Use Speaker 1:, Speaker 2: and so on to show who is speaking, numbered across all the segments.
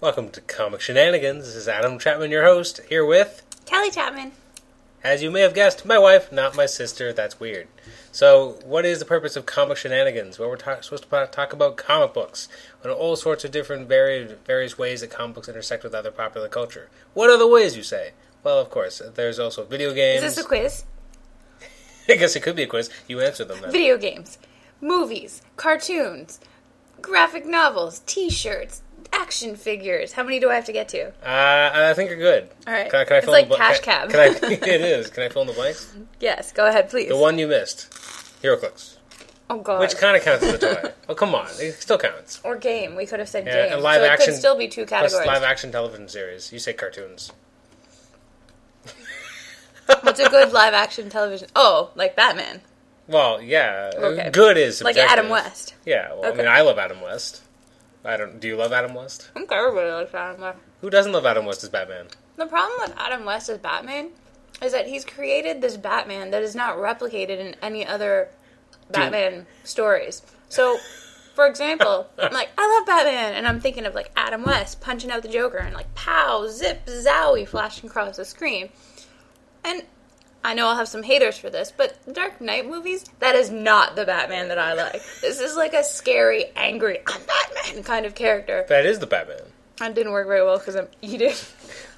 Speaker 1: Welcome to Comic Shenanigans. This is Adam Chapman, your host, here with,
Speaker 2: Kelly Chapman.
Speaker 1: as you may have guessed, my wife, not my sister. That's weird. So, what is the purpose of Comic Shenanigans? Well, we're ta- supposed to pa- talk about comic books and all sorts of different varied, various ways that comic books intersect with other popular culture. What other ways, you say? Well, of course, there's also video games.
Speaker 2: Is this a quiz?
Speaker 1: I guess it could be a quiz. You answer them then.
Speaker 2: Video games, movies, cartoons, graphic novels, t shirts, action figures. How many do I have to get to?
Speaker 1: Uh, I think you're good.
Speaker 2: All right.
Speaker 1: Can I, can I
Speaker 2: It's
Speaker 1: fill
Speaker 2: like
Speaker 1: in the bl-
Speaker 2: Cash
Speaker 1: can-
Speaker 2: Cab.
Speaker 1: Can I, it is. Can I fill in the blanks?
Speaker 2: Yes, go ahead, please.
Speaker 1: The one you missed. HeroClix.
Speaker 2: oh, God.
Speaker 1: Which kind of counts as a toy. oh, come on. It still counts.
Speaker 2: or game. We could have said
Speaker 1: Yeah,
Speaker 2: game.
Speaker 1: and live
Speaker 2: so it
Speaker 1: action-
Speaker 2: could still be two
Speaker 1: Plus
Speaker 2: categories.
Speaker 1: live action television series. You say cartoons.
Speaker 2: What's a good live action television? Oh, like Batman.
Speaker 1: Well, yeah.
Speaker 2: Okay.
Speaker 1: Good is
Speaker 2: Like
Speaker 1: subjective.
Speaker 2: Adam West.
Speaker 1: Yeah. Well, I
Speaker 2: Okay.
Speaker 1: mean, I love Adam West. I don't. Do you love Adam West?
Speaker 2: I think everybody likes Adam West.
Speaker 1: Who doesn't love Adam West as Batman?
Speaker 2: The problem with Adam West as Batman is that he's created this Batman that is not replicated in any other Batman stories. So, for example, I'm like, I love Batman, and I'm thinking of like Adam West punching out the Joker and like pow, zip, zowie, flashing across the screen. And I know I'll have some haters for this, but the Dark Knight movies, that is not the Batman that I like. This is like a scary, angry, I'm Batman kind of character.
Speaker 1: That is the Batman.
Speaker 2: That didn't work very well because I'm eating.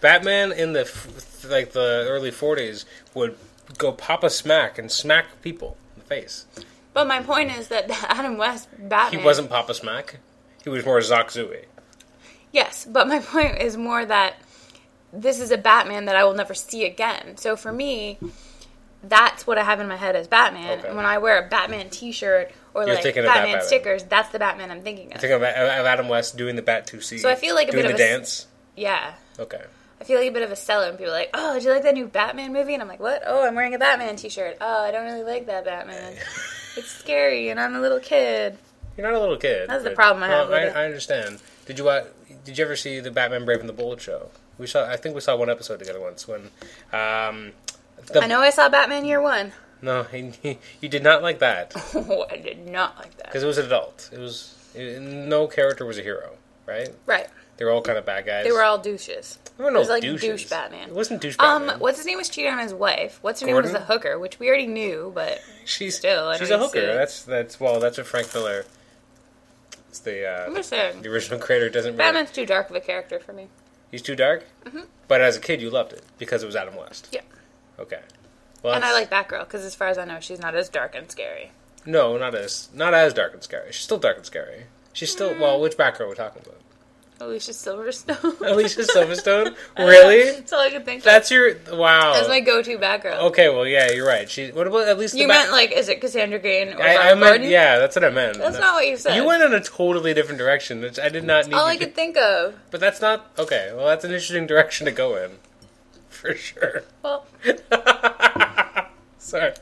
Speaker 1: Batman in the f- like the early '40s would go pop a smack and smack people in the face.
Speaker 2: But my point is that the Adam West Batman.
Speaker 1: He wasn't Papa Smack. He was more Zoc Zooey.
Speaker 2: Yes, but my point is more that this is a Batman that I will never see again. So for me, that's what I have in my head as Batman.
Speaker 1: Okay.
Speaker 2: And when I wear a Batman T-shirt or
Speaker 1: You're
Speaker 2: like
Speaker 1: thinking
Speaker 2: Batman,
Speaker 1: of that Batman.
Speaker 2: stickers, that's the Batman I'm thinking of.
Speaker 1: Think of, of Adam West doing the Bat 2C.
Speaker 2: So I feel like a
Speaker 1: doing
Speaker 2: bit of
Speaker 1: the
Speaker 2: a s-
Speaker 1: dance.
Speaker 2: yeah,
Speaker 1: Okay.
Speaker 2: I feel like a bit of a seller. And people are like, "Oh, did you like that new Batman movie?" And I'm like, "What? Oh, I'm wearing a Batman T-shirt. Oh, I don't really like that Batman. it's scary, and I'm a little kid."
Speaker 1: You're not a little kid.
Speaker 2: That's the
Speaker 1: but-
Speaker 2: problem I have
Speaker 1: No,
Speaker 2: with it.
Speaker 1: I, I understand. Did you wa Did you ever see the Batman Brave and the Bold show? We saw. I think we saw one episode together once. When, um, the,
Speaker 2: I know I saw Batman Year One.
Speaker 1: No, he, he- you did not like that
Speaker 2: Oh, I did not like that.
Speaker 1: because it was an adult. It was it, no character was a hero, right?
Speaker 2: Right.
Speaker 1: They were all kind of bad guys.
Speaker 2: They were all douches.
Speaker 1: They were no
Speaker 2: it was like
Speaker 1: douches.
Speaker 2: douche Batman.
Speaker 1: It wasn't douche
Speaker 2: Um,
Speaker 1: Batman.
Speaker 2: what's his name was cheating on his wife. What's her name
Speaker 1: Gordon?
Speaker 2: was the hooker, which we already knew, but
Speaker 1: she's
Speaker 2: still, I
Speaker 1: she's a
Speaker 2: don't
Speaker 1: hooker.
Speaker 2: see it.
Speaker 1: That's that's well. That's what Frank Miller. It's the
Speaker 2: I'm
Speaker 1: uh,
Speaker 2: just saying,
Speaker 1: the original creator doesn't. Really,
Speaker 2: Batman's too dark of a character for me.
Speaker 1: He's too dark.
Speaker 2: Mm-hmm.
Speaker 1: But as a kid, you loved it because it was Adam West.
Speaker 2: Yeah,
Speaker 1: Okay. Well,
Speaker 2: and I
Speaker 1: that's-
Speaker 2: like Batgirl because, as far as I know, she's not as dark and scary.
Speaker 1: No, not as not as dark and scary. She's still dark and scary. She's still
Speaker 2: Mm.
Speaker 1: well. Which Batgirl are we talking about?
Speaker 2: Alicia Silverstone.
Speaker 1: Alicia Silverstone. really?
Speaker 2: That's all I could think. That's,
Speaker 1: That's your wow.
Speaker 2: Uh, That's my go-to Batgirl.
Speaker 1: okay. Well, yeah, you're right. She. What about at least the
Speaker 2: You
Speaker 1: Bat-
Speaker 2: meant like, is it Cassandra Green or
Speaker 1: I, I
Speaker 2: Barbara
Speaker 1: meant
Speaker 2: Gordon?
Speaker 1: yeah. That's what I meant.
Speaker 2: That's not what you said.
Speaker 1: You went in a totally different direction. Which I did not need.
Speaker 2: All
Speaker 1: you
Speaker 2: I
Speaker 1: to-
Speaker 2: could think of.
Speaker 1: But that's not okay. Well, that's an interesting direction to go in, for sure.
Speaker 2: Well,
Speaker 1: Sorry.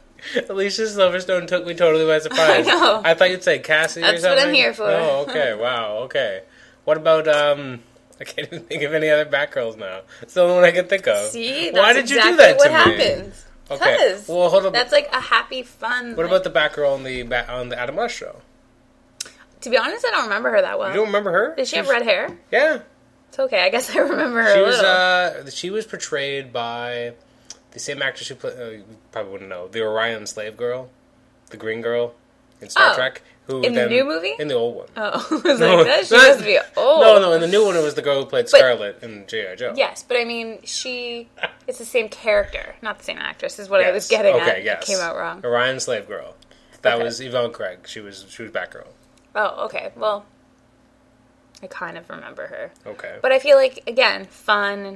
Speaker 1: Alicia Silverstone took me totally by surprise.
Speaker 2: I know.
Speaker 1: I thought you'd say Cassie or
Speaker 2: That's
Speaker 1: something.
Speaker 2: what I'm here for.
Speaker 1: Oh, okay. Wow. Okay. What about um? I can't even think of any other Batgirls now. It's the only one I can think of.
Speaker 2: see, that's
Speaker 1: why did you
Speaker 2: exactly
Speaker 1: do that
Speaker 2: what
Speaker 1: to me?
Speaker 2: happens.
Speaker 1: Okay.
Speaker 2: 'Cause
Speaker 1: Well, hold on.
Speaker 2: That's like a happy, fun.
Speaker 1: what about the Batgirl on the Bat- on the Adam West show?
Speaker 2: To be honest, I don't remember her that well.
Speaker 1: You don't remember her?
Speaker 2: Did she have
Speaker 1: was-
Speaker 2: red hair?
Speaker 1: Yeah.
Speaker 2: It's okay. I guess I remember her
Speaker 1: She
Speaker 2: a
Speaker 1: was
Speaker 2: little.
Speaker 1: uh, she was portrayed by the same actress who played. Uh, you probably wouldn't know the Orion slave girl, the green girl in Star
Speaker 2: Oh.
Speaker 1: Trek. Who
Speaker 2: In the
Speaker 1: then-
Speaker 2: new movie?
Speaker 1: In the old one.
Speaker 2: oh, I was
Speaker 1: No,
Speaker 2: like, that she
Speaker 1: not-
Speaker 2: must be old.
Speaker 1: No, no. In the new one, it was the girl who played Scarlet in GI Joe.
Speaker 2: Yes, but I mean, she is the same character, not the same actress, is what I was
Speaker 1: Yes.
Speaker 2: getting
Speaker 1: okay,
Speaker 2: at.
Speaker 1: Yes.
Speaker 2: It came out wrong.
Speaker 1: Orion slave girl. That
Speaker 2: Okay.
Speaker 1: was Yvonne Craig. She was she was Batgirl.
Speaker 2: Oh, okay. Well, I kind of remember her.
Speaker 1: Okay.
Speaker 2: But I feel like, again, fun,
Speaker 1: well,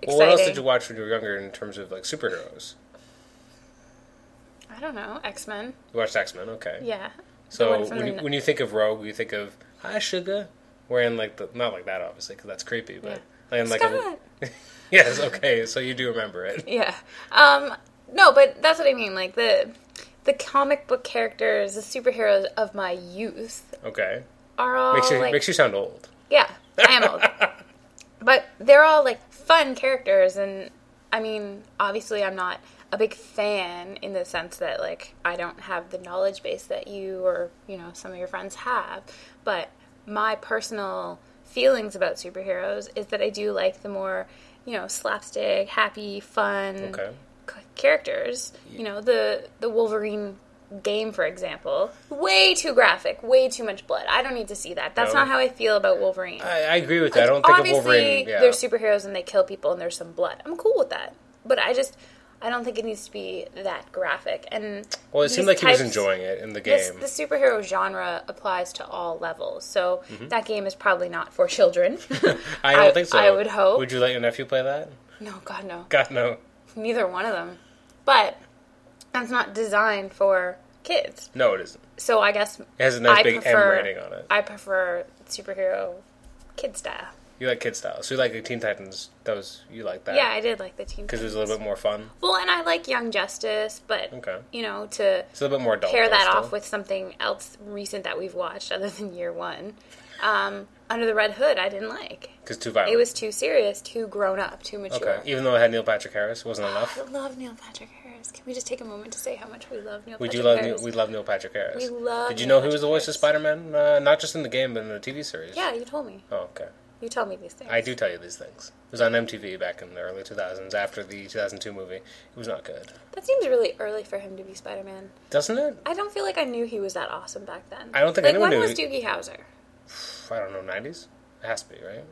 Speaker 2: exciting.
Speaker 1: what else did you watch when you were younger in terms of like superheroes?
Speaker 2: I don't know. X Men.
Speaker 1: You watched X Men. Okay.
Speaker 2: Yeah. The
Speaker 1: So
Speaker 2: one from
Speaker 1: when
Speaker 2: the
Speaker 1: you,
Speaker 2: n-
Speaker 1: when you think of Rogue, you think of Hi Sugar, wearing like the not like that obviously because that's creepy, but and like a,
Speaker 2: Scott.
Speaker 1: yes, okay, so you do remember it.
Speaker 2: Yeah. Um no, but that's what I mean. Like the the comic book characters, the superheroes of my youth
Speaker 1: Okay,
Speaker 2: are all
Speaker 1: makes you
Speaker 2: like
Speaker 1: makes you sound old.
Speaker 2: Yeah, I am old. but they're all like fun characters and I mean, obviously I'm not a big fan in the sense that like I don't have the knowledge base that you or, you know, some of your friends have, but my personal feelings about superheroes is that I do like the more, you know, slapstick, happy, fun
Speaker 1: Okay.
Speaker 2: c- characters. You know, the the Wolverine game, for example, way too graphic, way too much blood. I don't need to see that. That's
Speaker 1: No.
Speaker 2: not how I feel about Wolverine.
Speaker 1: I, I agree with that. I don't think of
Speaker 2: Obviously,
Speaker 1: Wolverine. Yeah.
Speaker 2: they're superheroes and they kill people and there's some blood. I'm cool with that, but I just I don't think it needs to be that graphic. And
Speaker 1: well, it
Speaker 2: these
Speaker 1: seemed like he was
Speaker 2: types-
Speaker 1: enjoying it in the game.
Speaker 2: This, the superhero genre applies to all levels, so
Speaker 1: Mm-hmm.
Speaker 2: that game is probably not for children.
Speaker 1: I don't
Speaker 2: I-
Speaker 1: think so.
Speaker 2: I would hope.
Speaker 1: Would you let your nephew play that?
Speaker 2: no, God, no.
Speaker 1: God no.
Speaker 2: Neither one of them. But that's not designed for kids.
Speaker 1: No, it isn't.
Speaker 2: So I guess
Speaker 1: It has a nice
Speaker 2: I
Speaker 1: big
Speaker 2: prefer,
Speaker 1: M rating on it.
Speaker 2: I prefer superhero kid style.
Speaker 1: You like kid style, so you like the Teen Titans. That was you like that.
Speaker 2: Yeah, I did like the Teen
Speaker 1: because it was
Speaker 2: Titans.
Speaker 1: a little bit more fun.
Speaker 2: Well, and I like Young Justice, but
Speaker 1: Okay.
Speaker 2: you know, to
Speaker 1: It's a little bit more adult.
Speaker 2: pair
Speaker 1: though,
Speaker 2: that
Speaker 1: still.
Speaker 2: off with something else recent that we've watched other than Year One, um, Under the Red Hood, I didn't like.
Speaker 1: because too violent.
Speaker 2: It was too serious, too grown up, too mature.
Speaker 1: okay. Even though it had Neil Patrick Harris, it wasn't enough.
Speaker 2: I love Neil Patrick Harris. Can we just take a moment to say how much we love Neil
Speaker 1: We do
Speaker 2: Patrick
Speaker 1: love Neil,
Speaker 2: Harris?
Speaker 1: we love Neil Patrick Harris.
Speaker 2: We love
Speaker 1: Did you
Speaker 2: Neil
Speaker 1: know he was the
Speaker 2: Patrick
Speaker 1: voice of Spider Man? Uh, not just in the game, but in the TV series.
Speaker 2: yeah, you told me.
Speaker 1: Oh, okay.
Speaker 2: You tell me these things.
Speaker 1: I do tell you these things. It was on MTV back in the early 2000s after the 2002 movie. It was not good,
Speaker 2: That seems really early for him to be Spider Man.
Speaker 1: doesn't it?
Speaker 2: I don't feel like I knew he was that awesome back then.
Speaker 1: I don't think
Speaker 2: like,
Speaker 1: anyone
Speaker 2: when
Speaker 1: knew
Speaker 2: was Doogie Howser?
Speaker 1: I don't know. 90s. It has to be right.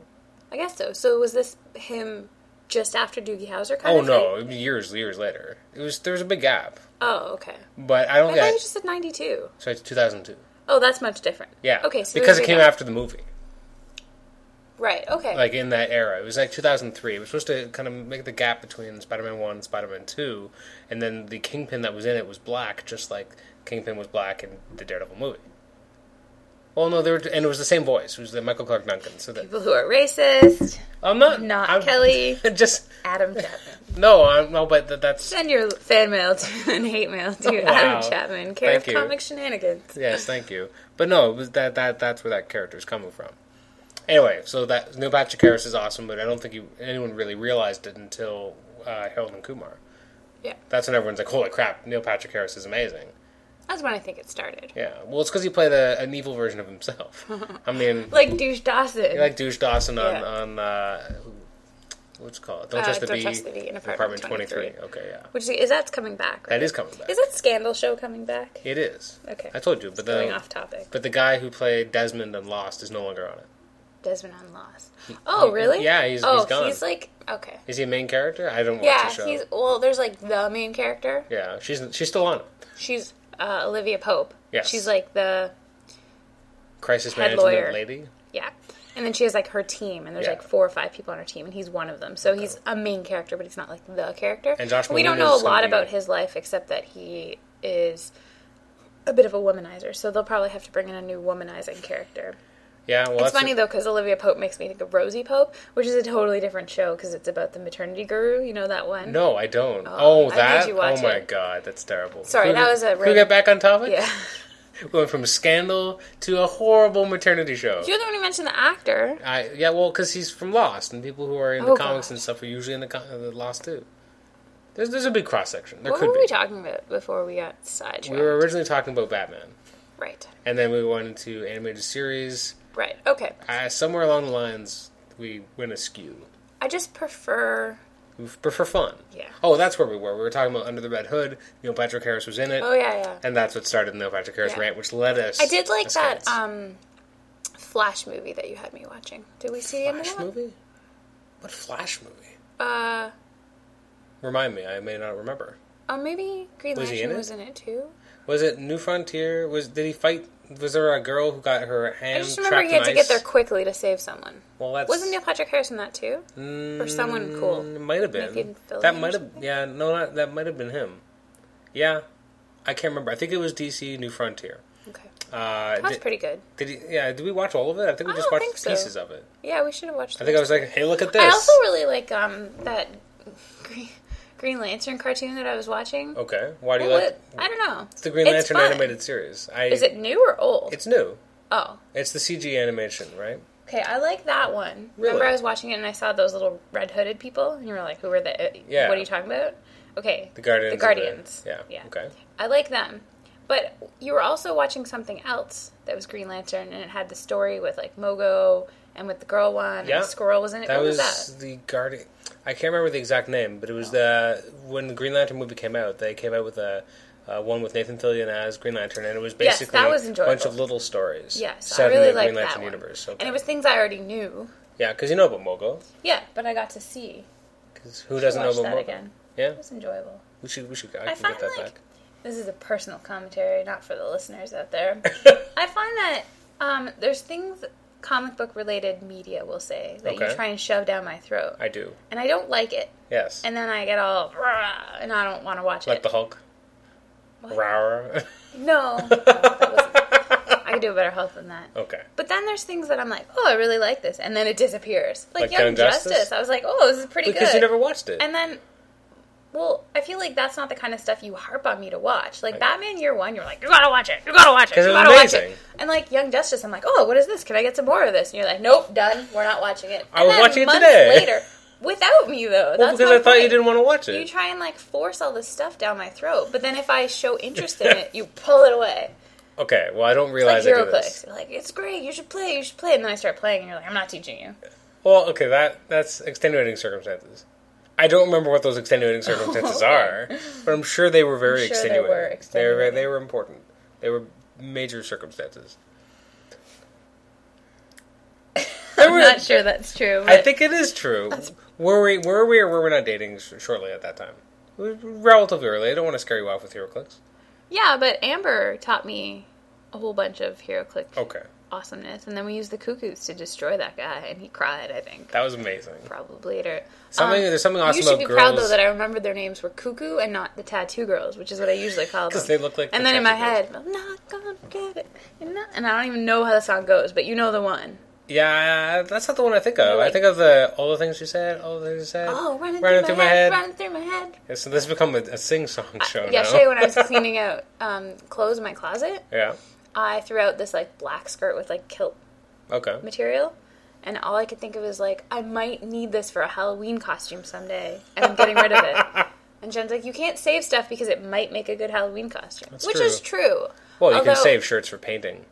Speaker 2: I guess so. So was this him just after Doogie Howser? Kind
Speaker 1: Oh
Speaker 2: of
Speaker 1: no,
Speaker 2: thing?
Speaker 1: it was years, years later. It was there was a big gap,
Speaker 2: Oh okay.
Speaker 1: but I don't
Speaker 2: I
Speaker 1: think.
Speaker 2: thought
Speaker 1: I-
Speaker 2: you just said ninety two.
Speaker 1: So it's 2002.
Speaker 2: Oh, that's much different.
Speaker 1: Yeah.
Speaker 2: Okay. So
Speaker 1: because
Speaker 2: there's
Speaker 1: it
Speaker 2: a
Speaker 1: came
Speaker 2: gap.
Speaker 1: after the movie.
Speaker 2: Right. Okay.
Speaker 1: like in that era. It was like 2003. It was supposed to kind of make the gap between Spider-Man One and Spider-Man Two, and then the Kingpin that was in it was black, just like Kingpin was black in the Daredevil movie. Well, no, they were, and it was the same voice. It was the Michael Clark Duncan. So that
Speaker 2: People who are racist.
Speaker 1: I'm not
Speaker 2: Not
Speaker 1: I'm-
Speaker 2: Kelly.
Speaker 1: Just
Speaker 2: Adam Chapman.
Speaker 1: no, I'm, no, but th- that's
Speaker 2: Send your fan mail to, and hate mail to
Speaker 1: Oh, Wow.
Speaker 2: Adam Chapman, care
Speaker 1: Thank
Speaker 2: of
Speaker 1: you.
Speaker 2: Comic Shenanigans.
Speaker 1: yes, thank you. But no, it was that that that's where that character is coming from. Anyway, so that Neil Patrick Harris is awesome, but I don't think he, anyone really realized it until uh, Harold and Kumar.
Speaker 2: Yeah.
Speaker 1: That's when everyone's like, "Holy crap, Neil Patrick Harris is amazing."
Speaker 2: That's when I think it started.
Speaker 1: Yeah, well, it's because he played a, an evil version of himself. I mean,
Speaker 2: Like Douche Dawson.
Speaker 1: like Douche Dawson on
Speaker 2: Yeah.
Speaker 1: on uh, what's it called? Don't
Speaker 2: Uh,
Speaker 1: trust the
Speaker 2: Don't
Speaker 1: bee.
Speaker 2: Trust the Bee in
Speaker 1: Apartment
Speaker 2: Apartment
Speaker 1: twenty three.
Speaker 2: 23.
Speaker 1: Okay, yeah,
Speaker 2: Which is that's coming back, right?
Speaker 1: that is coming back.
Speaker 2: Is that Scandal Show coming back?
Speaker 1: It is.
Speaker 2: Okay.
Speaker 1: I told you, but
Speaker 2: Going
Speaker 1: the
Speaker 2: off topic.
Speaker 1: but the guy who played Desmond and Lost is no longer on it.
Speaker 2: Desmond on Lost. Oh, really?
Speaker 1: yeah, he's-
Speaker 2: oh,
Speaker 1: he's gone.
Speaker 2: he's like okay.
Speaker 1: Is he a main character? I don't watch
Speaker 2: Yeah,
Speaker 1: the show.
Speaker 2: he's well. There's like the main character.
Speaker 1: Yeah, she's she's still on it.
Speaker 2: She's uh, Olivia Pope.
Speaker 1: Yes.
Speaker 2: She's like the
Speaker 1: Crisis
Speaker 2: Head
Speaker 1: management
Speaker 2: lawyer.
Speaker 1: lady.
Speaker 2: yeah, and then she has like her team, and there's
Speaker 1: Yeah.
Speaker 2: like four or five people on her team, and he's one of them. So he's a main character, but he's not like the character.
Speaker 1: And Josh
Speaker 2: we don't
Speaker 1: Malone
Speaker 2: know a
Speaker 1: is
Speaker 2: lot
Speaker 1: gonna be-
Speaker 2: about his life except that he is a bit of a womanizer. So they'll probably have to bring in a new womanizing character.
Speaker 1: Yeah, well,
Speaker 2: It's
Speaker 1: that's
Speaker 2: funny though because Olivia Pope makes me think of Rosie Pope, which is a totally different show because it's about the maternity guru. You know that one?
Speaker 1: No, I don't. Oh,
Speaker 2: I made
Speaker 1: that.
Speaker 2: you watch
Speaker 1: oh my
Speaker 2: it.
Speaker 1: god, that's terrible.
Speaker 2: Sorry,
Speaker 1: Can we-
Speaker 2: that was a
Speaker 1: Can we get
Speaker 2: rant.
Speaker 1: back on topic?
Speaker 2: Yeah.
Speaker 1: We went from scandal to a horrible maternity show.
Speaker 2: You're the one who mentioned the actor.
Speaker 1: I, yeah, well, because he's from Lost, and people who are in
Speaker 2: Oh,
Speaker 1: the comics
Speaker 2: gosh.
Speaker 1: and stuff are usually in the, co- uh, Lost too. There's there's a big cross section. There
Speaker 2: What
Speaker 1: could
Speaker 2: were
Speaker 1: be.
Speaker 2: we talking about before we got sidetracked?
Speaker 1: we were originally talking about Batman,
Speaker 2: Right.
Speaker 1: and then we went into animated series.
Speaker 2: Right. Okay.
Speaker 1: I, somewhere along the lines, we went askew.
Speaker 2: I just prefer.
Speaker 1: We f- prefer fun.
Speaker 2: Yeah.
Speaker 1: Oh, that's where we were. We were talking about Under the Red Hood. Neil Patrick Harris was in it.
Speaker 2: Oh yeah, yeah.
Speaker 1: And that's what started the Neil Patrick Harris
Speaker 2: Yeah.
Speaker 1: rant, which led us.
Speaker 2: I did like
Speaker 1: us
Speaker 2: that
Speaker 1: cats.
Speaker 2: um, Flash movie that you had me watching. Did we see any of
Speaker 1: Flash
Speaker 2: that?
Speaker 1: movie. What Flash movie?
Speaker 2: Uh,
Speaker 1: Remind me. I may not remember.
Speaker 2: oh maybe Green
Speaker 1: Was he
Speaker 2: Lantern
Speaker 1: in it?
Speaker 2: was in it too.
Speaker 1: Was it New Frontier? Was did he fight? Was there a girl who got her hand?
Speaker 2: I just remember
Speaker 1: trapped
Speaker 2: he had
Speaker 1: in
Speaker 2: to get
Speaker 1: ice?
Speaker 2: there quickly to save someone.
Speaker 1: Well, that's
Speaker 2: Wasn't Neil Patrick Harris in that too?
Speaker 1: mm,
Speaker 2: Or someone cool?
Speaker 1: it Might have
Speaker 2: Nathan
Speaker 1: been.
Speaker 2: Fillion
Speaker 1: That
Speaker 2: or
Speaker 1: might have.
Speaker 2: something?
Speaker 1: Yeah, no, not, that might have been him. Yeah, I can't remember. I think it was DC New Frontier.
Speaker 2: Okay,
Speaker 1: Uh,
Speaker 2: that's
Speaker 1: did,
Speaker 2: pretty good.
Speaker 1: did he, yeah? Did we watch all of it? I think we
Speaker 2: I
Speaker 1: just
Speaker 2: don't
Speaker 1: watched
Speaker 2: think so.
Speaker 1: pieces of it.
Speaker 2: Yeah, we should have watched.
Speaker 1: I think I was like, "Hey, look at this."
Speaker 2: I also really like um that Green, Green Lantern cartoon that I was watching.
Speaker 1: okay, why do Oh, you
Speaker 2: What-
Speaker 1: like
Speaker 2: I don't know.
Speaker 1: It's the Green
Speaker 2: It's
Speaker 1: Lantern
Speaker 2: fun.
Speaker 1: animated series? I,
Speaker 2: Is it new or old?
Speaker 1: It's new.
Speaker 2: oh,
Speaker 1: It's the CG animation, right?
Speaker 2: okay. I like that one. Remember,
Speaker 1: Really?
Speaker 2: I was watching it and I saw those little red hooded people, and you were like, "Who are they?
Speaker 1: Yeah.
Speaker 2: What are you talking about?" Okay.
Speaker 1: The Guardians.
Speaker 2: The
Speaker 1: of
Speaker 2: Guardians.
Speaker 1: yeah.
Speaker 2: Yeah.
Speaker 1: Okay.
Speaker 2: I like them, but you were also watching something else that was Green Lantern, and it had the story with like Mogo and with the girl one.
Speaker 1: Yeah.
Speaker 2: and the squirrel was in it.
Speaker 1: That
Speaker 2: what
Speaker 1: was,
Speaker 2: was, that? Oh.
Speaker 1: the Guardian. I can't remember the exact name, but it was the when the Green Lantern movie came out. They came out with a uh, one with Nathan Fillion as Green Lantern, and it was
Speaker 2: Yes,
Speaker 1: basically
Speaker 2: that was
Speaker 1: a bunch
Speaker 2: enjoyable.
Speaker 1: of little stories.
Speaker 2: Yes, I
Speaker 1: set in
Speaker 2: really
Speaker 1: the
Speaker 2: liked
Speaker 1: Green Lantern
Speaker 2: that one.
Speaker 1: universe. Okay.
Speaker 2: And it was things I already knew.
Speaker 1: yeah, because you know about Mogo.
Speaker 2: Yeah, but I got to see.
Speaker 1: Because who doesn't know
Speaker 2: Watch
Speaker 1: about
Speaker 2: that
Speaker 1: Mogo?
Speaker 2: again.
Speaker 1: Yeah,
Speaker 2: It was enjoyable.
Speaker 1: we should we should I
Speaker 2: I
Speaker 1: can
Speaker 2: find
Speaker 1: get that
Speaker 2: like
Speaker 1: back.
Speaker 2: this is a personal commentary, not for the listeners out there. I find that um, there's things comic book related media will say that
Speaker 1: Okay.
Speaker 2: you try and shove down my throat,
Speaker 1: I do.
Speaker 2: and I don't like it.
Speaker 1: Yes,
Speaker 2: And then I get all "Rah," and I don't want to watch
Speaker 1: like
Speaker 2: it.
Speaker 1: the Hulk.
Speaker 2: What?
Speaker 1: Rawr.
Speaker 2: no, No, that wasn't- I could do a better Hulk than that.
Speaker 1: okay.
Speaker 2: But then there's things that I'm like, oh, I really like this, and then it disappears. Like,
Speaker 1: Like
Speaker 2: Young
Speaker 1: Young
Speaker 2: Justice?
Speaker 1: Justice?
Speaker 2: I was like, oh, this is pretty
Speaker 1: Because
Speaker 2: good.
Speaker 1: you never watched it.
Speaker 2: And then, well, I feel like that's not the kind of stuff you harp on me to watch. Like Batman Year One, you're like, you gotta watch it, you gotta watch it,
Speaker 1: 'Cause
Speaker 2: you
Speaker 1: it was
Speaker 2: gotta watch
Speaker 1: amazing.
Speaker 2: it. And like Young Justice, I'm like, oh, what is this? Can I get some more of this? And you're like, nope, done. We're not watching it.
Speaker 1: I
Speaker 2: And
Speaker 1: was
Speaker 2: then
Speaker 1: watching it
Speaker 2: months
Speaker 1: today.
Speaker 2: Later, without me though.
Speaker 1: well,
Speaker 2: that's
Speaker 1: because
Speaker 2: my
Speaker 1: I thought you
Speaker 2: point.
Speaker 1: didn't want to watch it.
Speaker 2: You try and like force all this stuff down my throat, but then if I show interest in it, you pull it away.
Speaker 1: okay. Well, I don't
Speaker 2: Like
Speaker 1: realize I
Speaker 2: zero
Speaker 1: do this.
Speaker 2: clicks. You're like, it's great. You should play. You should play. And then I start playing, and you're like, I'm not teaching you.
Speaker 1: Well, okay, that that's extenuating circumstances. I don't remember what those extenuating circumstances
Speaker 2: Okay.
Speaker 1: are, but I'm sure they were very
Speaker 2: I'm sure they
Speaker 1: extenuating.
Speaker 2: were
Speaker 1: They were
Speaker 2: extenuating.
Speaker 1: they were important. They were major circumstances.
Speaker 2: I'm not sure that's true.
Speaker 1: I
Speaker 2: but-
Speaker 1: think it is true. Were we were we or were we not dating sh- shortly at that time? It was Relatively early. I don't want to scare you off with hero clicks.
Speaker 2: Yeah, but Amber taught me a whole bunch of HeroClick
Speaker 1: Okay,
Speaker 2: awesomeness, and then we used the cuckoos to destroy that guy, and he cried. I think
Speaker 1: that was amazing.
Speaker 2: probably later.
Speaker 1: Something
Speaker 2: Um,
Speaker 1: there's something awesome
Speaker 2: you should
Speaker 1: about
Speaker 2: be
Speaker 1: girls.
Speaker 2: proud though that I remembered their names were cuckoo and not the tattoo girls, which is what I usually call them.
Speaker 1: 'Cause they look like
Speaker 2: And
Speaker 1: the
Speaker 2: then in my
Speaker 1: tattoo
Speaker 2: head, I'm not gonna get it. You're not- and I don't even know how the song goes, but you know the one.
Speaker 1: yeah, that's not the one I think of. I
Speaker 2: like-
Speaker 1: think of the all the things you said, all the things you said,
Speaker 2: Mm-hmm. Oh, running,
Speaker 1: running
Speaker 2: through, my head, running through my head.
Speaker 1: Yeah, so this has become a, a sing song show now.
Speaker 2: Yesterday, when I was cleaning out um, clothes in my closet,
Speaker 1: yeah.
Speaker 2: I threw out this like black skirt with like kilt
Speaker 1: Okay.
Speaker 2: material. And all I could think of is like, I might need this for a Halloween costume someday, and I'm getting rid of it. And Jen's like, you can't save stuff because it might make a good Halloween costume, which
Speaker 1: true.
Speaker 2: is true.
Speaker 1: Well, you can
Speaker 2: Although-
Speaker 1: save shirts for painting,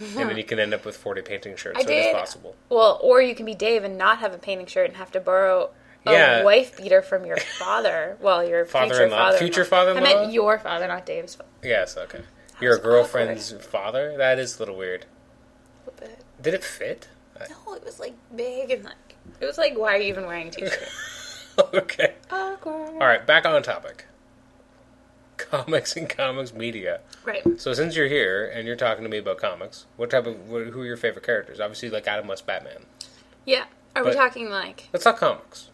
Speaker 1: and then you can end up with forty painting shirts.
Speaker 2: I
Speaker 1: so it is
Speaker 2: did.
Speaker 1: possible.
Speaker 2: Well, or you can be Dave and not have a painting shirt and have to borrow a
Speaker 1: Yeah.
Speaker 2: wife beater from your father. Well, your future
Speaker 1: Father-in-law.
Speaker 2: father,
Speaker 1: Future
Speaker 2: I
Speaker 1: father-in-law?
Speaker 2: meant your father, not Dave's father.
Speaker 1: Yes. Okay. Your
Speaker 2: was
Speaker 1: girlfriend's father. That is a little weird.
Speaker 2: But
Speaker 1: Did it fit? I-
Speaker 2: no, it was like big and like it was like, why are you even wearing a t-shirt?
Speaker 1: okay. All right. Back on topic. Comics and comics media.
Speaker 2: Right.
Speaker 1: So since you're here and you're talking to me about comics, what type of what, who are your favorite characters? Obviously, like Adam West Batman.
Speaker 2: Yeah. Are we
Speaker 1: But-
Speaker 2: talking like
Speaker 1: Let's talk comics.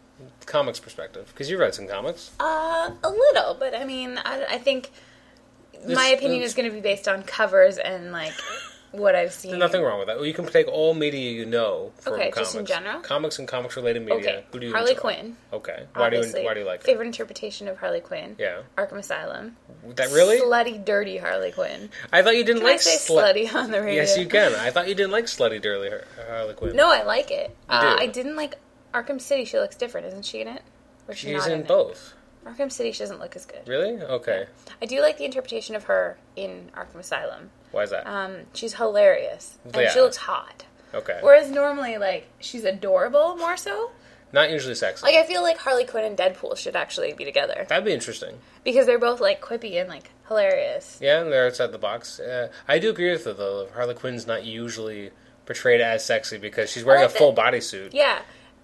Speaker 1: Comics perspective, because you read some comics.
Speaker 2: Uh, a little, but I mean, I, I think my
Speaker 1: It's-
Speaker 2: opinion
Speaker 1: it's-
Speaker 2: is going to be based on covers and like what I've seen.
Speaker 1: Nothing wrong with that. Well, you can take all media you know from
Speaker 2: Okay,
Speaker 1: comics.
Speaker 2: just in general?
Speaker 1: Comics and comics related media.
Speaker 2: Okay,
Speaker 1: Who do you
Speaker 2: Harley
Speaker 1: enjoy?
Speaker 2: Quinn.
Speaker 1: Okay. Why do you
Speaker 2: obviously.
Speaker 1: why do you like her?
Speaker 2: favorite interpretation of Harley Quinn?
Speaker 1: Yeah.
Speaker 2: Arkham Asylum.
Speaker 1: That really?
Speaker 2: slutty, dirty Harley Quinn.
Speaker 1: I thought you didn't
Speaker 2: Can
Speaker 1: like
Speaker 2: I say
Speaker 1: slut-
Speaker 2: slutty on the radio?
Speaker 1: Yes, you can. I thought you didn't like slutty dirty Har- Harley Quinn.
Speaker 2: No, I like it. Uh,
Speaker 1: do.
Speaker 2: I didn't like Arkham City. She looks different, isn't she in it? Or she
Speaker 1: she's
Speaker 2: not
Speaker 1: in
Speaker 2: it?
Speaker 1: both.
Speaker 2: Arkham City, she doesn't look as good.
Speaker 1: Really? Okay.
Speaker 2: I do like the interpretation of her in Arkham Asylum.
Speaker 1: Why is that?
Speaker 2: Um, she's hilarious and she
Speaker 1: Yeah.
Speaker 2: looks hot.
Speaker 1: okay.
Speaker 2: Whereas normally, like, she's adorable more so.
Speaker 1: Not usually sexy.
Speaker 2: Like, I feel like Harley Quinn and Deadpool should actually be together
Speaker 1: That'd be interesting.
Speaker 2: because they're both, like, quippy and, like, hilarious.
Speaker 1: Yeah, they're outside the box. Uh, I do agree with it though. Harley Quinn's not usually portrayed as sexy because she's wearing
Speaker 2: like
Speaker 1: a
Speaker 2: that.
Speaker 1: full bodysuit.
Speaker 2: Yeah.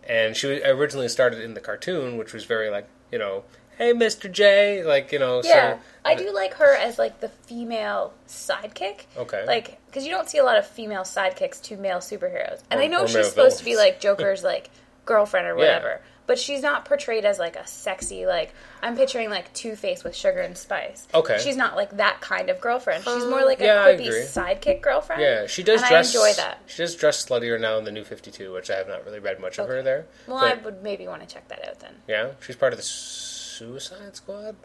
Speaker 1: and she originally started in the cartoon, which was very like you know, hey Mr. J, like you know,
Speaker 2: Yeah.
Speaker 1: so
Speaker 2: I do like her as, like, the female sidekick.
Speaker 1: Okay.
Speaker 2: Like, because you don't see a lot of female sidekicks to male superheroes. And
Speaker 1: Or-
Speaker 2: I know
Speaker 1: or
Speaker 2: she's
Speaker 1: male
Speaker 2: supposed to be,
Speaker 1: villains.
Speaker 2: like, Joker's, like, girlfriend or whatever. But she's not portrayed as like a sexy like I'm picturing like Two Face with sugar and spice.
Speaker 1: Okay. Uh,
Speaker 2: she's not like that kind of girlfriend. She's more like a
Speaker 1: yeah, I
Speaker 2: quippy
Speaker 1: agree.
Speaker 2: sidekick girlfriend.
Speaker 1: yeah, she does
Speaker 2: And
Speaker 1: dress.
Speaker 2: I enjoy that.
Speaker 1: She does dress sluttier now in the New Fifty Two, which I have not really read much of her
Speaker 2: Okay.
Speaker 1: there.
Speaker 2: Well,
Speaker 1: But,
Speaker 2: I would maybe want to check that out then.
Speaker 1: yeah, she's part of the Suicide Squad.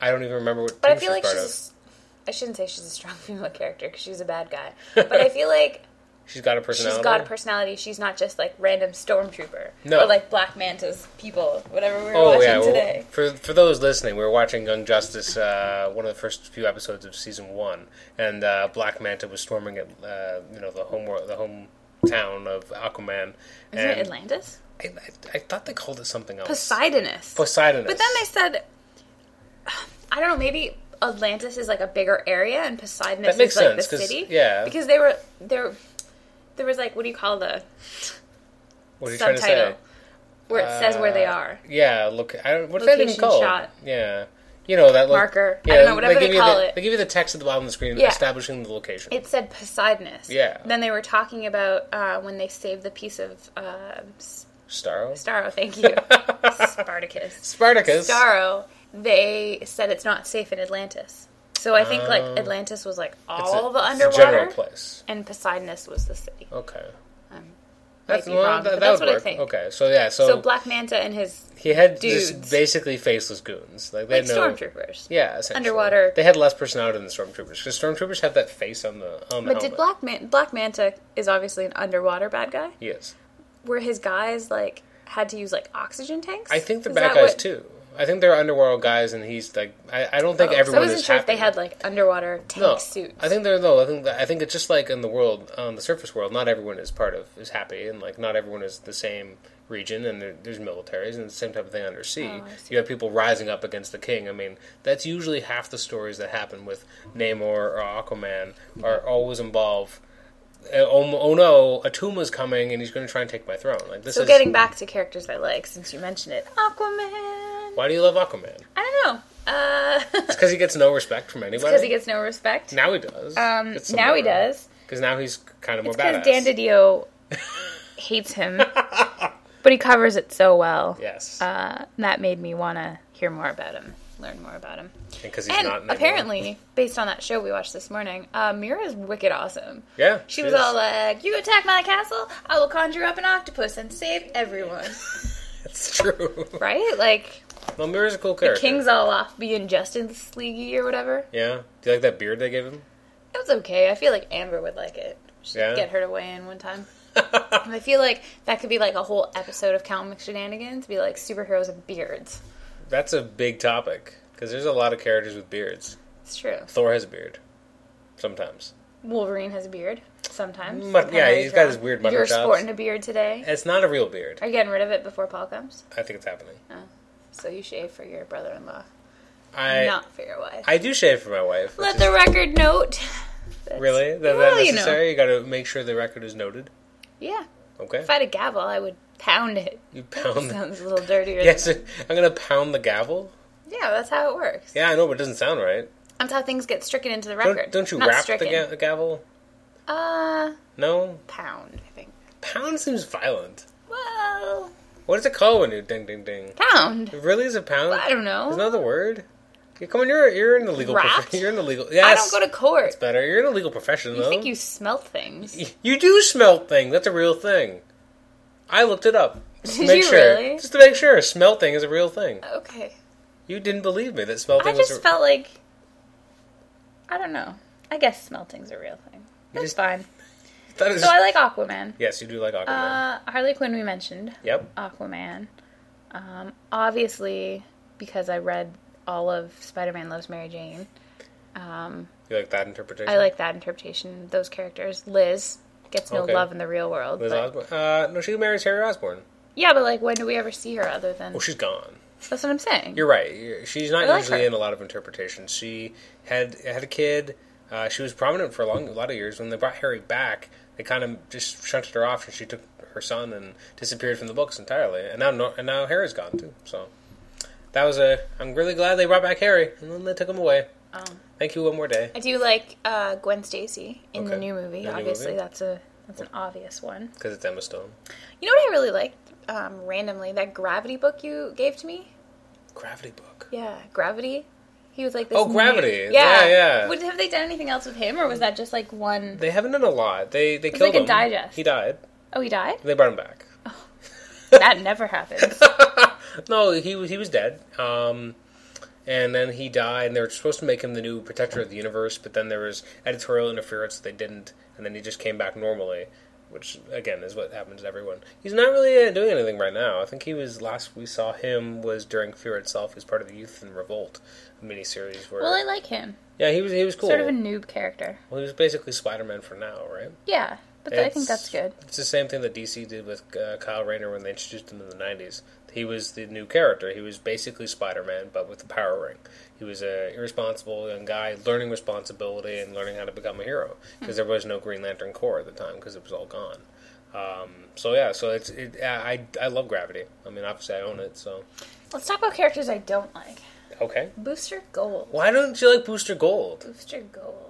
Speaker 1: I don't even remember what.
Speaker 2: But I
Speaker 1: team
Speaker 2: feel like
Speaker 1: part
Speaker 2: she's. a
Speaker 1: of.
Speaker 2: s- I shouldn't say she's a strong female character because she's a bad guy. But I feel like
Speaker 1: she's got a personality.
Speaker 2: she's got a personality. She's not just like random stormtrooper
Speaker 1: No.
Speaker 2: or like Black Manta's people, whatever we were
Speaker 1: Oh
Speaker 2: watching
Speaker 1: yeah, well,
Speaker 2: today.
Speaker 1: for for those listening, we were watching Young Justice, uh, one of the first few episodes of season one, and uh, Black Manta was storming at uh, you know the home the home town of Aquaman.
Speaker 2: Isn't it
Speaker 1: and
Speaker 2: Atlantis?
Speaker 1: I, I, I thought they called it something else.
Speaker 2: Poseidonus.
Speaker 1: Poseidonus.
Speaker 2: But then they said, I don't know, maybe Atlantis is like a bigger area and Poseidon
Speaker 1: That makes
Speaker 2: is like
Speaker 1: sense,
Speaker 2: the
Speaker 1: 'cause-
Speaker 2: city.
Speaker 1: yeah.
Speaker 2: Because they were there. There was like what do you call the
Speaker 1: what are you trying to say?
Speaker 2: subtitle where it says where they
Speaker 1: Uh,
Speaker 2: are?
Speaker 1: Yeah, look. I don't, what's that even
Speaker 2: Location
Speaker 1: called?
Speaker 2: shot.
Speaker 1: Yeah, you know that look,
Speaker 2: Marker. I
Speaker 1: Yeah,
Speaker 2: don't know, whatever they
Speaker 1: give you
Speaker 2: call
Speaker 1: the,
Speaker 2: it.
Speaker 1: They give you the text at the bottom of the screen
Speaker 2: Yeah.
Speaker 1: establishing the location.
Speaker 2: It said Poseidonus.
Speaker 1: Yeah.
Speaker 2: Then they were talking about uh, when they saved the piece of uh, S-
Speaker 1: Starro.
Speaker 2: Starro. Thank you, Spartacus.
Speaker 1: Spartacus.
Speaker 2: Starro. They said it's not safe in Atlantis. So I think like Atlantis was like
Speaker 1: Oh. It's a-
Speaker 2: all the
Speaker 1: it's a general Oh.
Speaker 2: underwater,
Speaker 1: place.
Speaker 2: and Poseidonus was the city.
Speaker 1: Okay.
Speaker 2: Um,
Speaker 1: That's,
Speaker 2: be
Speaker 1: well, that,
Speaker 2: wrong, but
Speaker 1: that
Speaker 2: that's
Speaker 1: would
Speaker 2: what I
Speaker 1: work.
Speaker 2: think.
Speaker 1: Okay, so yeah, so,
Speaker 2: So Black Manta and his
Speaker 1: he had
Speaker 2: dudes.
Speaker 1: just basically faceless goons. Like they
Speaker 2: like
Speaker 1: had no
Speaker 2: stormtroopers.
Speaker 1: Yeah, essentially.
Speaker 2: Underwater.
Speaker 1: They had less personality than the stormtroopers because stormtroopers have that face on the on the helmet.
Speaker 2: But did Black Man- Black Manta is obviously an underwater bad guy?
Speaker 1: Yes,
Speaker 2: Were his guys like had to use like oxygen tanks?
Speaker 1: I think the
Speaker 2: Is
Speaker 1: bad
Speaker 2: that
Speaker 1: guys
Speaker 2: what-
Speaker 1: too. I think they're underworld guys, and he's like, I, I don't think
Speaker 2: Oh, so I
Speaker 1: everyone
Speaker 2: wasn't
Speaker 1: is
Speaker 2: sure
Speaker 1: happy.
Speaker 2: if they had like underwater tank
Speaker 1: no,
Speaker 2: suits.
Speaker 1: I think they're no. I think that- I think it's just like in the world, on the surface world, not everyone is part of is happy, and like not everyone is the same region, and there, there's militaries and the same type of thing undersea.
Speaker 2: Oh, I see.
Speaker 1: you have people rising up against the king. I mean, that's usually half the stories that happen with Namor or Aquaman are always involve. uh, Oh, oh no, Atuma's coming and he's going to try and take my throne. Like this
Speaker 2: so
Speaker 1: is
Speaker 2: getting back to characters I like, since you mentioned it, Aquaman.
Speaker 1: why do you love Aquaman?
Speaker 2: I don't know. Uh,
Speaker 1: It's because he gets no respect from anybody.
Speaker 2: because he gets no respect.
Speaker 1: now he does.
Speaker 2: um, now he does.
Speaker 1: because uh, now he's kind of more
Speaker 2: It's
Speaker 1: badass.
Speaker 2: because Dan DiDio hates him, but he covers it so well.
Speaker 1: yes,
Speaker 2: Uh, that made me want to hear more about him, learn more about him.
Speaker 1: because he's
Speaker 2: And
Speaker 1: not Namor.
Speaker 2: apparently, based on that show we watched this morning, uh, Mira is wicked awesome.
Speaker 1: Yeah,
Speaker 2: She was
Speaker 1: is.
Speaker 2: all like, "You attack my castle, I will conjure up an octopus and save everyone."
Speaker 1: It's true.
Speaker 2: right? Like
Speaker 1: well, Mira's a cool character.
Speaker 2: King's all off being Justice Leaguey or whatever.
Speaker 1: Yeah. Do you like that beard they gave him?
Speaker 2: It was okay. I feel like Amber would like it. Should
Speaker 1: Yeah?
Speaker 2: get her to weigh in one time. I feel like that could be like a whole episode of Comic Shenanigans. Be like superheroes and beards.
Speaker 1: That's a big topic because there's a lot of characters with beards.
Speaker 2: It's true.
Speaker 1: Thor has a beard. Sometimes.
Speaker 2: Wolverine has a beard sometimes.
Speaker 1: Mu-
Speaker 2: Kinda
Speaker 1: yeah,
Speaker 2: like
Speaker 1: he's got
Speaker 2: that.
Speaker 1: his weird
Speaker 2: You were
Speaker 1: mutton chops.
Speaker 2: sporting a beard today.
Speaker 1: It's not a real beard.
Speaker 2: Are you getting rid of it before Paul comes?
Speaker 1: I think it's happening.
Speaker 2: So you shave for your brother-in-law,
Speaker 1: I
Speaker 2: not for your wife.
Speaker 1: I do shave for my wife. which
Speaker 2: Let
Speaker 1: is-
Speaker 2: the record note. That's-
Speaker 1: really is that,
Speaker 2: Well, you know.
Speaker 1: necessary? You, got to make sure the record is noted.
Speaker 2: Yeah.
Speaker 1: Okay.
Speaker 2: If I had a gavel, I would pound it.
Speaker 1: You pound. The,
Speaker 2: Sounds a little dirtier.
Speaker 1: yes,
Speaker 2: Than
Speaker 1: I'm gonna pound the gavel.
Speaker 2: yeah, that's how it works.
Speaker 1: Yeah, I know, but it doesn't sound right.
Speaker 2: That's how things get stricken into the
Speaker 1: Don't,
Speaker 2: record.
Speaker 1: don't you
Speaker 2: Not
Speaker 1: wrap the
Speaker 2: stricken.
Speaker 1: ga- the gavel?
Speaker 2: Uh,
Speaker 1: No.
Speaker 2: pound. I think.
Speaker 1: Pound seems violent.
Speaker 2: Well,
Speaker 1: What is it called when you ding ding ding?
Speaker 2: pound.
Speaker 1: It really is a pound.
Speaker 2: I don't know.
Speaker 1: There's another word. Yeah, come on, you're you're in the legal.
Speaker 2: Wrapped?
Speaker 1: Prof- you're in the legal.
Speaker 2: I
Speaker 1: Yes,
Speaker 2: don't go to court.
Speaker 1: better. You're in a legal profession,
Speaker 2: You
Speaker 1: though.
Speaker 2: think you smell things?
Speaker 1: you do smell things. That's a real thing. I looked it up. Just to
Speaker 2: Did
Speaker 1: make
Speaker 2: you
Speaker 1: sure.
Speaker 2: really?
Speaker 1: Just to make sure, smell thing is a real thing.
Speaker 2: Okay.
Speaker 1: You didn't believe me that smell
Speaker 2: I
Speaker 1: thing was.
Speaker 2: just
Speaker 1: a...
Speaker 2: felt like I don't know. I guess smell things a real thing. That's
Speaker 1: just-
Speaker 2: fine.
Speaker 1: That is-
Speaker 2: So I like Aquaman.
Speaker 1: Yes, you do like Aquaman.
Speaker 2: Uh, Harley Quinn we mentioned.
Speaker 1: yep.
Speaker 2: Aquaman. Um, obviously because I read all of Spider-Man Loves Mary Jane. Um,
Speaker 1: You like that interpretation.
Speaker 2: I like that interpretation. of Those characters. Liz gets no
Speaker 1: Okay.
Speaker 2: love in the real world.
Speaker 1: Liz
Speaker 2: but-
Speaker 1: Osborne. Uh, no, she marries Harry Osborne.
Speaker 2: Yeah, but like when do we ever see her other than
Speaker 1: Well, she's gone.
Speaker 2: That's what I'm saying.
Speaker 1: Oh, You're right. You're- She's not
Speaker 2: I like
Speaker 1: usually
Speaker 2: her.
Speaker 1: in a lot of interpretations. She had had a kid. Uh, she was prominent for a long, a lot of years. When they brought Harry back, they kind of just shunted her off, and she took her son and disappeared from the books entirely. And now, no, and now Harry's gone too. So that was a. I'm really glad they brought back Harry, and then they took him away.
Speaker 2: Um,
Speaker 1: Thank you one more day
Speaker 2: I do like uh, Gwen Stacy in the
Speaker 1: Okay.
Speaker 2: new movie.
Speaker 1: The new
Speaker 2: obviously,
Speaker 1: movie?
Speaker 2: that's a that's an obvious one.
Speaker 1: because it's Emma Stone.
Speaker 2: You know what I really liked um, randomly? That Gravity book you gave to me?
Speaker 1: Gravity book.
Speaker 2: Yeah, Gravity. He was like this.
Speaker 1: Oh,
Speaker 2: new-
Speaker 1: Gravity. Yeah, yeah.
Speaker 2: Would have they done anything else with him, or was that just like one Oh
Speaker 1: They haven't done a lot. They they
Speaker 2: was
Speaker 1: killed
Speaker 2: like a
Speaker 1: him.
Speaker 2: digest.
Speaker 1: He died.
Speaker 2: he died.
Speaker 1: They brought him back.
Speaker 2: that never happens.
Speaker 1: no, he was- he was dead. Um, and then he died, and they were supposed to make him the new protector of the universe, but then there was editorial interference. They didn't, and then he just came back normally, which again is what happens to everyone. He's not really uh, doing anything right now. I think he was last we saw him was during Fear Itself. He was part of the Youth and Revolt miniseries. Where
Speaker 2: Well, I like him.
Speaker 1: yeah, he was he was cool.
Speaker 2: Sort of a noob character.
Speaker 1: well, he was basically Spider Man for now, right?
Speaker 2: Yeah. But I think that's good.
Speaker 1: It's the same thing that DC did with uh, Kyle Rayner when they introduced him in the '90s. He was the new character. He was basically Spider-Man, but with the power ring. He was a irresponsible young guy learning responsibility and learning how to become a hero because there was no Green Lantern Corps at the time because it was all gone. Um, so yeah, so it's it, I I I love Gravity. I mean, obviously I own it. So
Speaker 2: Let's talk about characters I don't like.
Speaker 1: okay,
Speaker 2: Booster Gold.
Speaker 1: why don't you like Booster Gold?
Speaker 2: Booster Gold.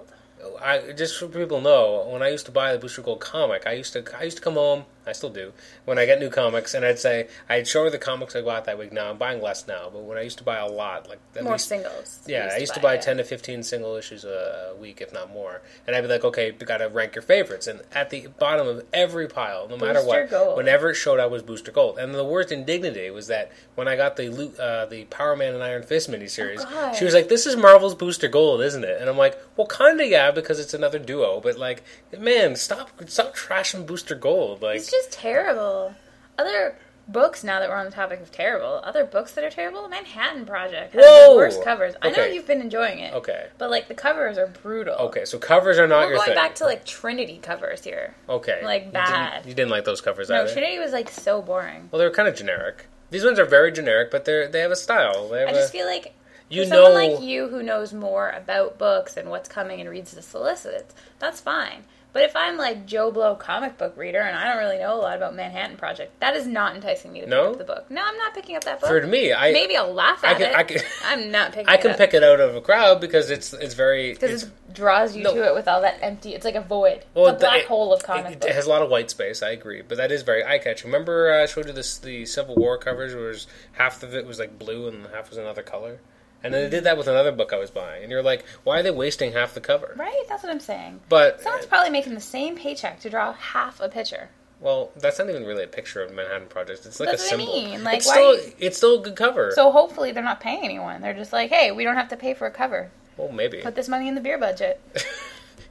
Speaker 1: I just for people to know when I used to buy the Booster Gold comic, I used to I used to come home. I still do when I get new comics, and I'd say I'd show her the comics I bought that week. Now I'm buying less now, but when I used to buy a lot, like at
Speaker 2: More
Speaker 1: least,
Speaker 2: singles.
Speaker 1: yeah, I used to buy
Speaker 2: it.
Speaker 1: ten to fifteen single issues a a week, if not more, and I'd be like, okay, you got to rank your favorites, and at the bottom of every pile, no matter
Speaker 2: Booster
Speaker 1: what,
Speaker 2: Gold.
Speaker 1: whenever it showed, I was Booster Gold, and the worst indignity was that when I got the Lu- uh, the Power Man and Iron Fist miniseries,
Speaker 2: Oh, God.
Speaker 1: she was like, "This is Marvel's Booster Gold, isn't it?" And I'm like, "Well, kinda, yeah, because it's another duo, but like, man, stop stop trashing Booster Gold, like."
Speaker 2: It's just terrible. Other books now that we're on the topic of terrible, other books that are terrible, Manhattan Project has
Speaker 1: Whoa!
Speaker 2: the worst covers. I know
Speaker 1: Okay.
Speaker 2: you've been enjoying it.
Speaker 1: Okay.
Speaker 2: But like the covers are brutal.
Speaker 1: Okay, so covers are not
Speaker 2: We're
Speaker 1: your
Speaker 2: going
Speaker 1: thing.
Speaker 2: back to like Trinity covers here.
Speaker 1: okay,
Speaker 2: like,
Speaker 1: You didn't- You
Speaker 2: bad.
Speaker 1: didn't, like those covers
Speaker 2: No,
Speaker 1: either.
Speaker 2: Trinity was like so boring.
Speaker 1: Well, they're kind of generic. These ones are very generic, but they they have a style. They have
Speaker 2: I
Speaker 1: a,
Speaker 2: just feel like
Speaker 1: you
Speaker 2: for
Speaker 1: know,
Speaker 2: someone like you who knows more about books and what's coming and reads the solicits, that's fine. But if I'm like Joe Blow comic book reader and I don't really know a lot about Manhattan Project, that is not enticing me to pick
Speaker 1: No?
Speaker 2: up the book. No, I'm not picking up that book.
Speaker 1: for me, I
Speaker 2: Maybe I'll laugh
Speaker 1: I
Speaker 2: at
Speaker 1: can-
Speaker 2: it.
Speaker 1: I can-
Speaker 2: am not picking.
Speaker 1: I can
Speaker 2: it
Speaker 1: pick it out of a crowd because it's it's very
Speaker 2: because it draws you
Speaker 1: no.
Speaker 2: to it with all that empty. It's like a void,
Speaker 1: Well,
Speaker 2: it's a black
Speaker 1: it-
Speaker 2: hole of
Speaker 1: it-
Speaker 2: comic
Speaker 1: It,
Speaker 2: books.
Speaker 1: has a lot of white space. I agree, but that is very eye catching. Remember, uh, I showed you this the Civil War covers, where it was- half of it was like blue and half was another color. And then they did that with another book I was buying, and you're like, why are they wasting half the cover?
Speaker 2: Right, that's what I'm saying.
Speaker 1: But
Speaker 2: Someone's probably making the same paycheck to draw half a picture.
Speaker 1: well, that's not even really a picture of Manhattan Project. It's like
Speaker 2: That's
Speaker 1: a
Speaker 2: what I
Speaker 1: symbol.
Speaker 2: mean, like,
Speaker 1: it's
Speaker 2: why
Speaker 1: still
Speaker 2: do
Speaker 1: it's still a good cover.
Speaker 2: So hopefully they're not paying anyone. They're just like, hey, we don't have to pay for a cover.
Speaker 1: well, maybe.
Speaker 2: Put this money in the beer budget.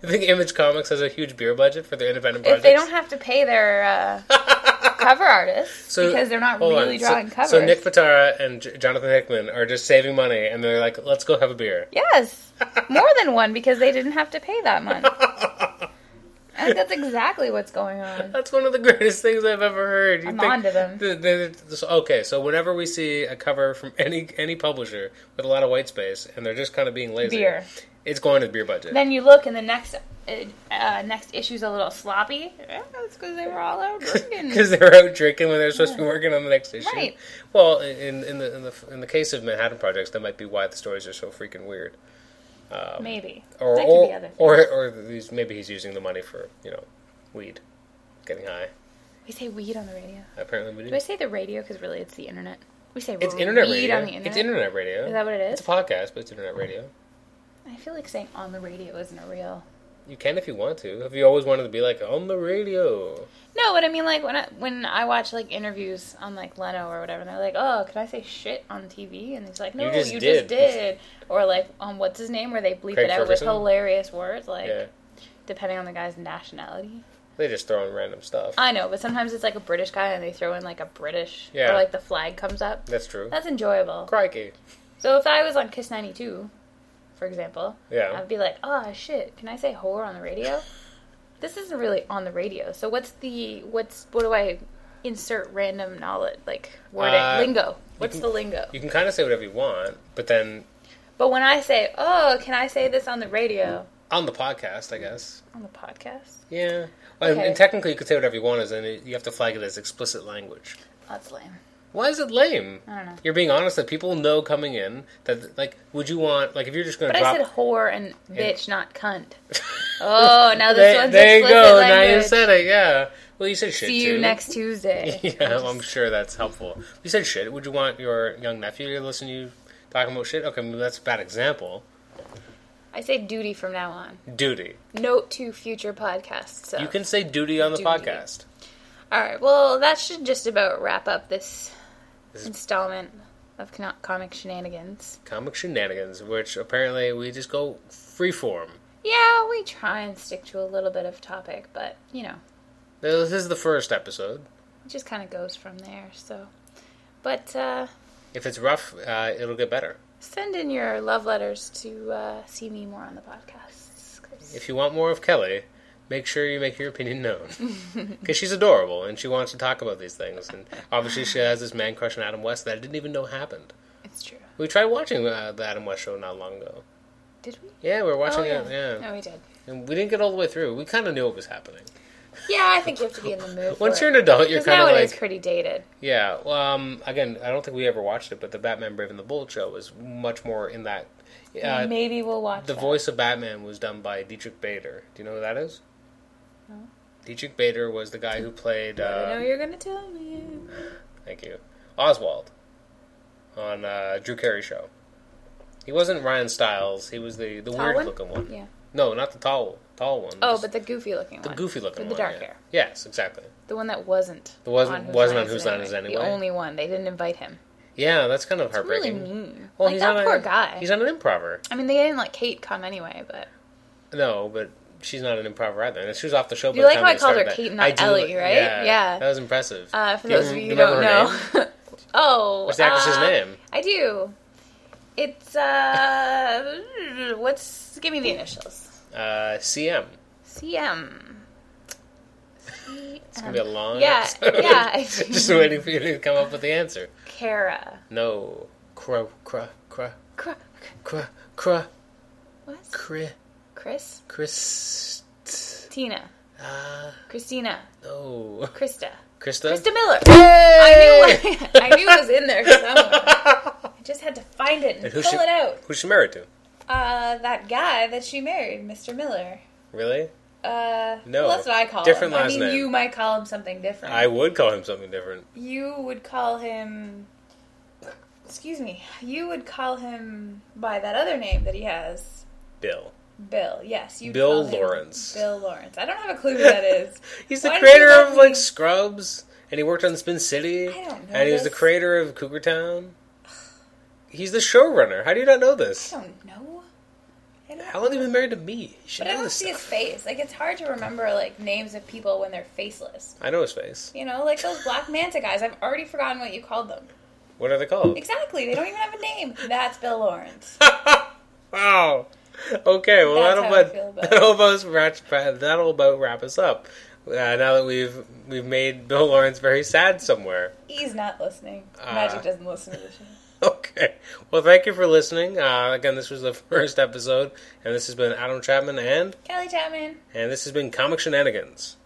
Speaker 1: You think Image Comics has a huge beer budget for their independent
Speaker 2: If
Speaker 1: projects?
Speaker 2: they don't have to pay their uh, cover artists because they're not
Speaker 1: hold on.
Speaker 2: really drawing
Speaker 1: so,
Speaker 2: covers.
Speaker 1: So Nick Patara and J- Jonathan Hickman are just saving money, and they're like, "Let's go have a beer."
Speaker 2: Yes, more than one because they didn't have to pay that month. I think that's exactly what's going on.
Speaker 1: That's one of the greatest things I've ever heard. You
Speaker 2: I'm onto them.
Speaker 1: th- th- th- so- okay, so whenever we see a cover from any any publisher with a lot of white space, and they're just kind of being lazy,
Speaker 2: Beer.
Speaker 1: it's going to the beer budget.
Speaker 2: Then you look, and the next uh, uh, next issue's a little sloppy. Eh, that's because they were all out drinking.
Speaker 1: because they're out drinking when they're supposed to be working on the next issue.
Speaker 2: Right.
Speaker 1: Well, in in the, in the in the case of Manhattan Projects, that might be why the stories are so freaking weird. Um,
Speaker 2: Maybe
Speaker 1: or
Speaker 2: that could
Speaker 1: or,
Speaker 2: be other. Or,
Speaker 1: or or these maybe he's using the money for you know weed, getting high.
Speaker 2: we say weed on the radio.
Speaker 1: Apparently, we
Speaker 2: Do I
Speaker 1: do.
Speaker 2: say the radio? Because really, it's the internet. We say
Speaker 1: It's
Speaker 2: weed
Speaker 1: internet radio.
Speaker 2: on the internet.
Speaker 1: It's internet radio.
Speaker 2: Is that what it
Speaker 1: It's
Speaker 2: is?
Speaker 1: a podcast, but it's internet radio.
Speaker 2: I feel like saying on the radio isn't a real.
Speaker 1: You can if you want to. If you always wanted to be like on the radio,
Speaker 2: No, but I mean, like when I when I watch like interviews on like Leno or whatever, and they're like, "Oh, can I say shit on TV?" And he's like, "No, you
Speaker 1: just
Speaker 2: just,
Speaker 1: did."
Speaker 2: did. Or like, um, what's his name? Where they bleep
Speaker 1: Craig
Speaker 2: it out
Speaker 1: Ferguson?
Speaker 2: with hilarious words, like
Speaker 1: yeah,
Speaker 2: depending on the guy's nationality.
Speaker 1: they just throw in random stuff.
Speaker 2: I know, but sometimes it's like a British guy and they throw in like a British,
Speaker 1: Yeah.
Speaker 2: or like the flag comes up.
Speaker 1: That's true.
Speaker 2: That's enjoyable.
Speaker 1: Crikey,
Speaker 2: So if I was on Kiss ninety two, for example,
Speaker 1: yeah.
Speaker 2: I'd be like, "Oh shit, can I say whore on the radio?" this isn't really on the radio. So what's the what's what do I insert random knowledge like word
Speaker 1: Uh,
Speaker 2: lingo? What's
Speaker 1: can-
Speaker 2: the lingo?
Speaker 1: you can kind of say whatever you want, but then
Speaker 2: But when I say, "Oh, can I say this on the radio?"
Speaker 1: on the podcast, I guess.
Speaker 2: on the podcast,
Speaker 1: Yeah. Well, and-
Speaker 2: Okay.
Speaker 1: And technically, you could say whatever you want, as in it- you have to flag it as explicit language.
Speaker 2: that's lame.
Speaker 1: Why is it lame?
Speaker 2: I don't know.
Speaker 1: You're being honest that people know coming in that like would you want like if you're just going to
Speaker 2: But
Speaker 1: drop
Speaker 2: I said whore and bitch, not cunt. Oh, now this
Speaker 1: there,
Speaker 2: one's
Speaker 1: there you
Speaker 2: explicit
Speaker 1: go now you
Speaker 2: language.
Speaker 1: said it yeah well you said shit
Speaker 2: See you
Speaker 1: too.
Speaker 2: next Tuesday.
Speaker 1: yeah well, I'm sure that's helpful you said shit would you want your young nephew to listen to you talking about shit okay well, that's a bad example
Speaker 2: I say duty from now on.
Speaker 1: duty
Speaker 2: Note to future podcasts. So.
Speaker 1: you can say duty on the
Speaker 2: Oh. Duty.
Speaker 1: podcast
Speaker 2: All right. Well, that should just about wrap up this installment of Con- comic shenanigans.
Speaker 1: comic shenanigans which apparently we just go freeform
Speaker 2: Yeah, we try and stick to a little bit of topic, but you know,
Speaker 1: this is the first episode
Speaker 2: it just kind of goes from there. So, but uh,
Speaker 1: if it's rough uh, it'll get better
Speaker 2: send in your love letters to uh, see me more on the podcast.
Speaker 1: if you want more of Kelly make sure you make your opinion known. Because she's adorable and she wants to talk about these things. And obviously, she has this man crush on Adam West that I didn't even know happened.
Speaker 2: It's true.
Speaker 1: We tried watching uh, the Adam West show not long ago.
Speaker 2: Did we?
Speaker 1: Yeah, we were watching
Speaker 2: oh, yeah.
Speaker 1: it. Yeah.
Speaker 2: No, we did.
Speaker 1: And we didn't get all the way through. We kind of knew what was happening.
Speaker 2: Yeah, I think you have to be in the mood.
Speaker 1: Once
Speaker 2: for
Speaker 1: you're an adult, you're
Speaker 2: Because
Speaker 1: kind
Speaker 2: now
Speaker 1: of
Speaker 2: it is
Speaker 1: like.
Speaker 2: pretty dated.
Speaker 1: Yeah. Well, um, again, I don't think we ever watched it, but the Batman Brave and the Bold show was much more in that. Uh,
Speaker 2: Maybe we'll watch
Speaker 1: The
Speaker 2: that.
Speaker 1: voice of Batman was done by Dietrich Bader. Do you know who that is? Dietrich Bader was the guy who played.
Speaker 2: I know
Speaker 1: Uh,
Speaker 2: you're gonna tell me.
Speaker 1: thank you, Oswald, on uh, Drew Carey show. He wasn't Ryan Styles. He was the the
Speaker 2: Tall
Speaker 1: weird
Speaker 2: one?
Speaker 1: looking one.
Speaker 2: Yeah.
Speaker 1: No, not the tall tall one.
Speaker 2: Oh, but the goofy looking
Speaker 1: the
Speaker 2: one.
Speaker 1: goofy looking
Speaker 2: with
Speaker 1: one.
Speaker 2: the dark
Speaker 1: yeah.
Speaker 2: hair.
Speaker 1: Yes, exactly.
Speaker 2: The one that wasn't.
Speaker 1: The wasn't-
Speaker 2: Who's
Speaker 1: wasn't
Speaker 2: Line
Speaker 1: on Who's Line Is Anyway.
Speaker 2: The only one. They didn't invite him.
Speaker 1: Yeah, that's kind of
Speaker 2: Really
Speaker 1: heartbreaking.
Speaker 2: mean.
Speaker 1: Well,
Speaker 2: like
Speaker 1: he's
Speaker 2: that
Speaker 1: not
Speaker 2: poor
Speaker 1: a,
Speaker 2: guy.
Speaker 1: He's not an improver.
Speaker 2: I mean, they didn't let Kate come anyway, but
Speaker 1: No, but she's not an improver either. And she was off the show. by
Speaker 2: You
Speaker 1: the
Speaker 2: like
Speaker 1: time
Speaker 2: how I
Speaker 1: they
Speaker 2: called her
Speaker 1: started that.
Speaker 2: Kate, not
Speaker 1: I do
Speaker 2: Ellie,
Speaker 1: like-
Speaker 2: right?
Speaker 1: Yeah,
Speaker 2: Yeah.
Speaker 1: that was impressive.
Speaker 2: uh, for
Speaker 1: Do you
Speaker 2: those of you who
Speaker 1: remember
Speaker 2: don't
Speaker 1: her
Speaker 2: know,
Speaker 1: name?
Speaker 2: oh,
Speaker 1: What's the actress's
Speaker 2: uh,
Speaker 1: name?
Speaker 2: I do. It's uh, what's? Give me the initials.
Speaker 1: Uh, CM.
Speaker 2: CM. CM.
Speaker 1: It's gonna be a long.
Speaker 2: Um, yeah,
Speaker 1: episode.
Speaker 2: yeah, I do.
Speaker 1: Just waiting for you to come up with the answer.
Speaker 2: Kara.
Speaker 1: No, cra cra cra
Speaker 2: Cr-
Speaker 1: cra cra
Speaker 2: What?
Speaker 1: cri
Speaker 2: Chris.
Speaker 1: Chris.
Speaker 2: Tina.
Speaker 1: Ah,
Speaker 2: Christina.
Speaker 1: no.
Speaker 2: Krista.
Speaker 1: Krista.
Speaker 2: Krista Miller.
Speaker 1: Hey!
Speaker 2: I knew. I knew it was in there somewhere. I just had to find it and
Speaker 1: And who
Speaker 2: pull
Speaker 1: she-
Speaker 2: it out.
Speaker 1: Who's she married to?
Speaker 2: Uh, that guy that she married, Mr. Miller.
Speaker 1: Really?
Speaker 2: Uh,
Speaker 1: No.
Speaker 2: well, that's what I call
Speaker 1: Different
Speaker 2: him.
Speaker 1: last
Speaker 2: I mean,
Speaker 1: name.
Speaker 2: you might call him something different.
Speaker 1: I would call him something different.
Speaker 2: You would call him. Excuse me. You would call him by that other name that he has,
Speaker 1: Bill.
Speaker 2: Bill. Yes, you.
Speaker 1: Bill
Speaker 2: call him
Speaker 1: Lawrence.
Speaker 2: Bill Lawrence. I don't have a clue who that is.
Speaker 1: He's the
Speaker 2: Why did
Speaker 1: creator
Speaker 2: you let
Speaker 1: of like
Speaker 2: me-
Speaker 1: Scrubs, and he worked on Spin City,
Speaker 2: I don't know
Speaker 1: and he was the
Speaker 2: this.
Speaker 1: creator of Cougar Town. He's the showrunner. How do you not know
Speaker 2: I
Speaker 1: this?
Speaker 2: don't know. I don't.
Speaker 1: How long have you been married to me? You should
Speaker 2: But I
Speaker 1: know
Speaker 2: don't
Speaker 1: this
Speaker 2: see his
Speaker 1: stuff.
Speaker 2: face. Like it's hard to remember like names of people when they're faceless.
Speaker 1: I know his face.
Speaker 2: You know, like those black manta guys. I've already forgotten what you called them.
Speaker 1: What are they called?
Speaker 2: Exactly. They don't even have a name. That's Bill Lawrence.
Speaker 1: wow. Okay, well
Speaker 2: That's
Speaker 1: that'll
Speaker 2: how I
Speaker 1: about,
Speaker 2: feel about
Speaker 1: that'll about wrap- that'll about wrap us up. Uh, now that we've we've made Bill Lawrence very sad somewhere.
Speaker 2: He's not listening.
Speaker 1: Ah.
Speaker 2: Magic doesn't listen to the show.
Speaker 1: Okay. Well, thank you for listening. Uh, again, this was the first episode, and this has been Adam Chapman and
Speaker 2: Kelly Chapman.
Speaker 1: and this has been Comic Shenanigans.